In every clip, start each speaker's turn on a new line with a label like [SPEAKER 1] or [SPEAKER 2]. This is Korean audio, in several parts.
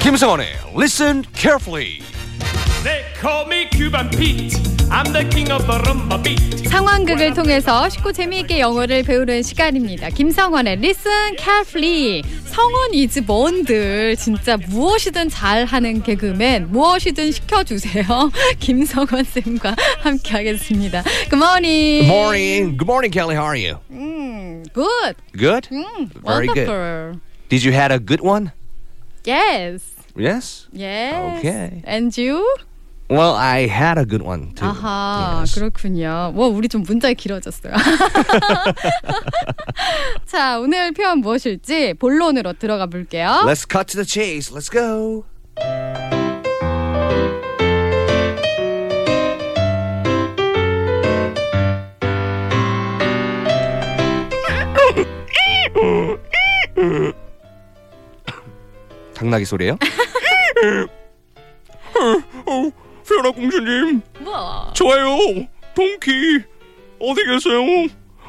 [SPEAKER 1] 김성원의 Listen Carefully.
[SPEAKER 2] They call me Cuban Pete. I'm the king of the rumba beat.
[SPEAKER 3] 상황극을 통해서 쉽고 재미있게 영어를 배우는 시간입니다. 김성원의 Listen Carefully. 성원 이즈 뭔들 진짜 무엇이든 잘하는 개그맨 무엇이든 시켜주세요. 김성원 쌤과 함께하겠습니다. Good morning.
[SPEAKER 1] Good morning. Good morning, Kelly. How are you?
[SPEAKER 3] 음, good.
[SPEAKER 1] Good.
[SPEAKER 3] 음,
[SPEAKER 1] Very good.
[SPEAKER 3] wonderful.
[SPEAKER 1] Did you had a good one?
[SPEAKER 3] Yes.
[SPEAKER 1] Yes.
[SPEAKER 3] Yes.
[SPEAKER 1] Okay.
[SPEAKER 3] And you?
[SPEAKER 1] Well, I had a good one too.
[SPEAKER 3] 아하,
[SPEAKER 1] Yes.
[SPEAKER 3] 그렇군요. 와, 우리 좀 문장이 길어졌어요. 자, 오늘 표현 무엇일지 본론으로 들어가 볼게요.
[SPEAKER 1] Let's cut to the chase. Let's go. 당나귀 소리예요?
[SPEAKER 2] 어, 페어라 공주님,
[SPEAKER 3] 뭐?
[SPEAKER 2] 좋아요. 동키 어디 계세요?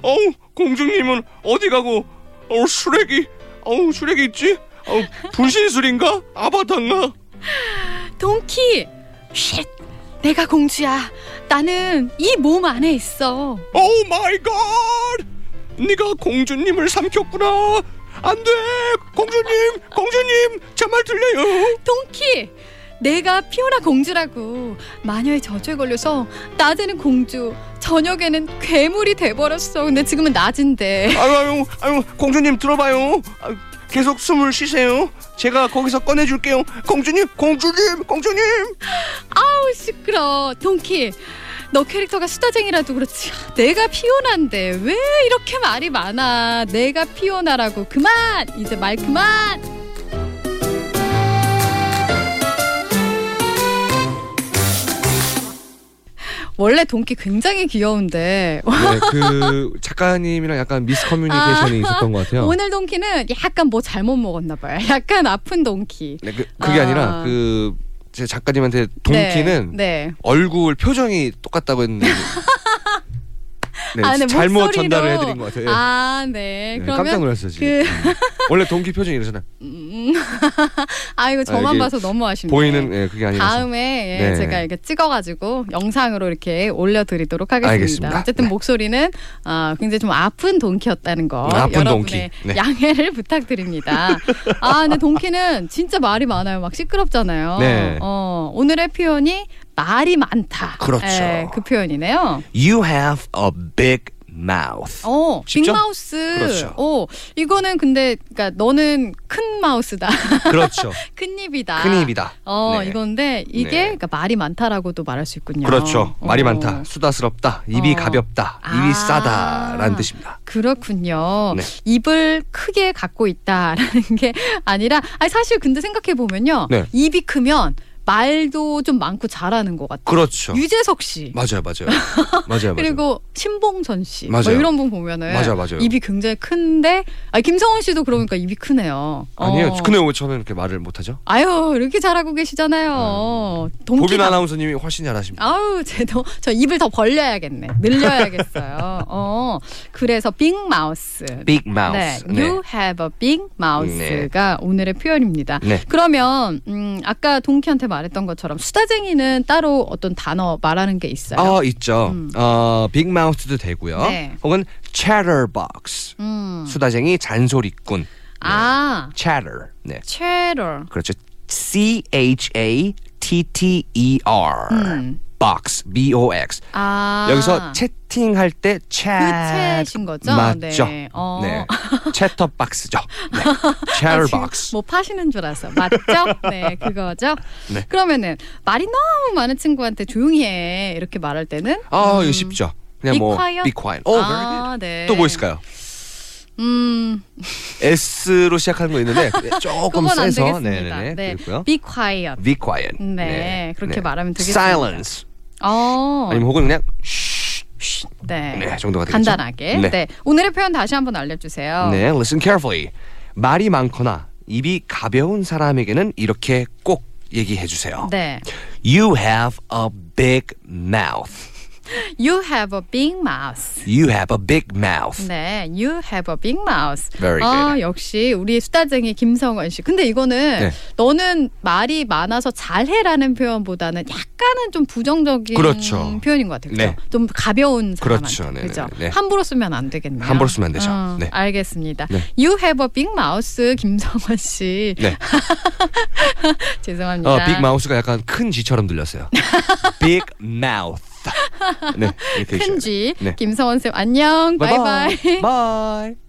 [SPEAKER 2] 어우 공주님은 어디 가고? 어우 수레기, 어우 수레기 있지? 어우 분신술인가? 아바타인가?
[SPEAKER 3] 동키! 쉿! 내가 공주야. 나는 이 몸 안에 있어.
[SPEAKER 2] 오 마이 갓! 네가 공주님을 삼켰구나. 안 돼! 공주님! 공주님! 제 말 들려요!
[SPEAKER 3] 동키! 내가 피오라 공주라고 마녀의 저주에 걸려서 낮에는 공주, 저녁에는 괴물이 돼버렸어. 근데 지금은 낮인데.
[SPEAKER 2] 아유, 아유, 아유, 공주님 들어봐요. 아, 계속 숨을 쉬세요. 제가 거기서 꺼내줄게요. 공주님, 공주님, 공주님!
[SPEAKER 3] 아우 시끄러 동키 너 캐릭터가 수다쟁이라도 그렇지 아, 내가 피오나인데 왜 이렇게 말이 많아 내가 피오나라고 그만 이제 말 그만 원래 동키 굉장히 귀여운데
[SPEAKER 4] 네, 그 작가님이랑 약간 미스 커뮤니케이션이 있었던 것 같아요.
[SPEAKER 3] 오늘 동키는 약간 뭐 잘못 먹었나 봐요 약간 아픈 동키
[SPEAKER 4] 네, 그, 그게
[SPEAKER 3] 아.
[SPEAKER 4] 아... 니라 그 제 작가님한테 동키는
[SPEAKER 3] 네, 네.
[SPEAKER 4] 얼굴 표정이 똑같다고 했는데 네,
[SPEAKER 3] 아, 네,
[SPEAKER 4] 잘못
[SPEAKER 3] 목소리로.
[SPEAKER 4] 전달을 해드린 것 같아요. 예.
[SPEAKER 3] 아, 네.
[SPEAKER 4] 네,
[SPEAKER 3] 그러면
[SPEAKER 4] 깜짝 놀랐어요 지금.
[SPEAKER 3] 그
[SPEAKER 4] 원래 동키 표정이 이러잖아요.
[SPEAKER 3] 아 이거 저만
[SPEAKER 4] 여기
[SPEAKER 3] 봐서 너무 아쉽네.
[SPEAKER 4] 보이는 예, 그게 아니라서.
[SPEAKER 3] 다음에 예,
[SPEAKER 4] 네.
[SPEAKER 3] 제가 이렇게 찍어가지고 영상으로 이렇게 올려드리도록 하겠습니다.
[SPEAKER 4] 알겠습니다.
[SPEAKER 3] 어쨌든
[SPEAKER 4] 네.
[SPEAKER 3] 목소리는 아, 굉장히 좀 아픈 동키였다는 거
[SPEAKER 4] 아픈
[SPEAKER 3] 여러분의
[SPEAKER 4] 동키. 네.
[SPEAKER 3] 양해를 부탁드립니다. 아 근데 동키는 진짜 말이 많아요. 막 시끄럽잖아요.
[SPEAKER 4] 네.
[SPEAKER 3] 어, 오늘의 표현이 말이 많다.
[SPEAKER 1] 그렇죠.
[SPEAKER 3] 예, 그 표현이네요.
[SPEAKER 1] You have a big mouth.
[SPEAKER 3] 어,
[SPEAKER 1] 쉽죠?
[SPEAKER 3] 빅마우스.
[SPEAKER 1] 그렇죠.
[SPEAKER 3] 어, 이거는 근데 그러니까 너는 큰 마우스다.
[SPEAKER 1] 그렇죠.
[SPEAKER 3] 큰 입이다.
[SPEAKER 1] 큰 입이다.
[SPEAKER 3] 어
[SPEAKER 1] 네.
[SPEAKER 3] 이건데 이게
[SPEAKER 1] 네.
[SPEAKER 3] 그러니까 말이 많다라고도 말할 수 있군요.
[SPEAKER 1] 그렇죠. 말이
[SPEAKER 3] 어.
[SPEAKER 1] 많다. 수다스럽다. 입이
[SPEAKER 3] 어.
[SPEAKER 1] 가볍다. 입이
[SPEAKER 3] 아.
[SPEAKER 1] 싸다라는 뜻입니다.
[SPEAKER 3] 그렇군요.
[SPEAKER 1] 네.
[SPEAKER 3] 입을 크게 갖고 있다라는 게 아니라 아니 사실 근데 생각해 보면요.
[SPEAKER 1] 네.
[SPEAKER 3] 입이 크면 말도 좀 많고 잘하는 것 같아요.
[SPEAKER 1] 그렇죠.
[SPEAKER 3] 유재석 씨.
[SPEAKER 1] 맞아요, 맞아요. 맞아요, 맞아요.
[SPEAKER 3] 그리고 신봉선 씨, 뭐
[SPEAKER 1] 맞아요.
[SPEAKER 3] 이런 분 보면은
[SPEAKER 1] 맞아요, 맞아요.
[SPEAKER 3] 입이 굉장히 큰데, 아 김성원 씨도 그러니까 입이 크네요.
[SPEAKER 4] 아니에요.
[SPEAKER 3] 어.
[SPEAKER 4] 근데 왜 저는 이렇게 말을 못하죠?
[SPEAKER 3] 아유 이렇게 잘하고 계시잖아요.
[SPEAKER 1] 네.
[SPEAKER 3] 동기
[SPEAKER 4] 보빈
[SPEAKER 3] 남-
[SPEAKER 4] 아나운서님이 훨씬 잘하십니다.
[SPEAKER 3] 아우, 제도 저 입을 더 벌려야겠네. 늘려야겠어요. 어. 그래서 빅 마우스.
[SPEAKER 1] big mouth.
[SPEAKER 3] 네, you have a big mouse가 오늘의 표현입니다.
[SPEAKER 1] 네.
[SPEAKER 3] 그러면 음, 아까 동키한테 말했던 것처럼 수다쟁이는 따로 어떤 단어 말하는 게 있어요.
[SPEAKER 1] 아.
[SPEAKER 4] 어 있죠. 어 빅마우스도 되고요.
[SPEAKER 3] 음. 네.
[SPEAKER 4] 혹은 chatterbox
[SPEAKER 3] 음.
[SPEAKER 4] 수다쟁이 잔소리꾼
[SPEAKER 1] 네.
[SPEAKER 3] 아,
[SPEAKER 1] chatter. 네.
[SPEAKER 3] 채럴.
[SPEAKER 1] 그렇죠. C H A T T E R. box B O X.
[SPEAKER 3] 음. 아.
[SPEAKER 1] 여기서 채팅할 때 chat
[SPEAKER 3] 그 챗인 거죠?
[SPEAKER 1] 맞죠.
[SPEAKER 3] 네. 어.
[SPEAKER 1] 네. chatterbox죠. 네.
[SPEAKER 3] 아, 지금
[SPEAKER 1] chatterbox.
[SPEAKER 3] 뭐 파시는 줄 알았어. 맞죠? 네, 그거죠.
[SPEAKER 1] 네.
[SPEAKER 3] 그러면은 말이 너무 많은 친구한테 조용히 해 이렇게 말할 때는
[SPEAKER 4] 아 이거 쉽죠. 그냥
[SPEAKER 3] 음. 네, Be
[SPEAKER 4] 뭐
[SPEAKER 3] quiet?
[SPEAKER 4] be quiet. 오, very good.
[SPEAKER 3] 아, 네.
[SPEAKER 4] 또 뭐 있을까요?
[SPEAKER 3] 음,
[SPEAKER 4] S로 시작하는 거 있는데 네, 조금
[SPEAKER 3] 그건 안
[SPEAKER 4] 어, 세서
[SPEAKER 3] 되겠습니다.
[SPEAKER 4] 네네네
[SPEAKER 3] 네.
[SPEAKER 4] 그렇고요.
[SPEAKER 3] Be quiet.
[SPEAKER 1] Be quiet.
[SPEAKER 3] 네, 그렇게 말하면 되겠습니다.
[SPEAKER 1] silence.
[SPEAKER 3] 어.
[SPEAKER 4] 아니면 혹은 그냥 쉬.
[SPEAKER 3] 네.
[SPEAKER 4] 네, 정도가 되겠죠.
[SPEAKER 3] 간단하게. 네.
[SPEAKER 4] 네.
[SPEAKER 3] 오늘의 표현 다시 한번 알려 주세요.
[SPEAKER 4] 네, listen carefully. 말이 많거나 입이 가벼운 사람에게는 이렇게 꼭 얘기해 주세요.
[SPEAKER 3] 네.
[SPEAKER 1] You have a big mouth.
[SPEAKER 3] You have a big mouth.
[SPEAKER 1] You have a big mouth.
[SPEAKER 3] 네, you have a big mouth.
[SPEAKER 1] Very
[SPEAKER 3] 아, 역시 우리 수다쟁이 김성원 씨. 근데 이거는
[SPEAKER 1] 네.
[SPEAKER 3] 너는 말이 많아서 잘해라는 표현보다는 약간은 좀 부정적인
[SPEAKER 1] 그렇죠.
[SPEAKER 3] 표현인 것 같아요. 그죠?
[SPEAKER 1] 네.
[SPEAKER 3] 좀 가벼운 사람한테.
[SPEAKER 1] 그렇죠. 네네네.
[SPEAKER 3] 그죠?
[SPEAKER 1] 네.
[SPEAKER 3] 함부로 쓰면 안 되겠네요. 어,
[SPEAKER 1] 함부로 쓰면 안 되죠. 네.
[SPEAKER 3] 알겠습니다.
[SPEAKER 1] 네.
[SPEAKER 3] You have a big mouth, 김성원 씨.
[SPEAKER 1] 네.
[SPEAKER 3] 죄송합니다.
[SPEAKER 1] 어, 빅 마우스가 약간 큰 쥐처럼 들렸어요. 빅 마우스. 네. 이렇게 해주셔야 돼요.
[SPEAKER 3] 큰지
[SPEAKER 1] 네.
[SPEAKER 3] 김성원 쌤 안녕. 바이바이.
[SPEAKER 1] 바이.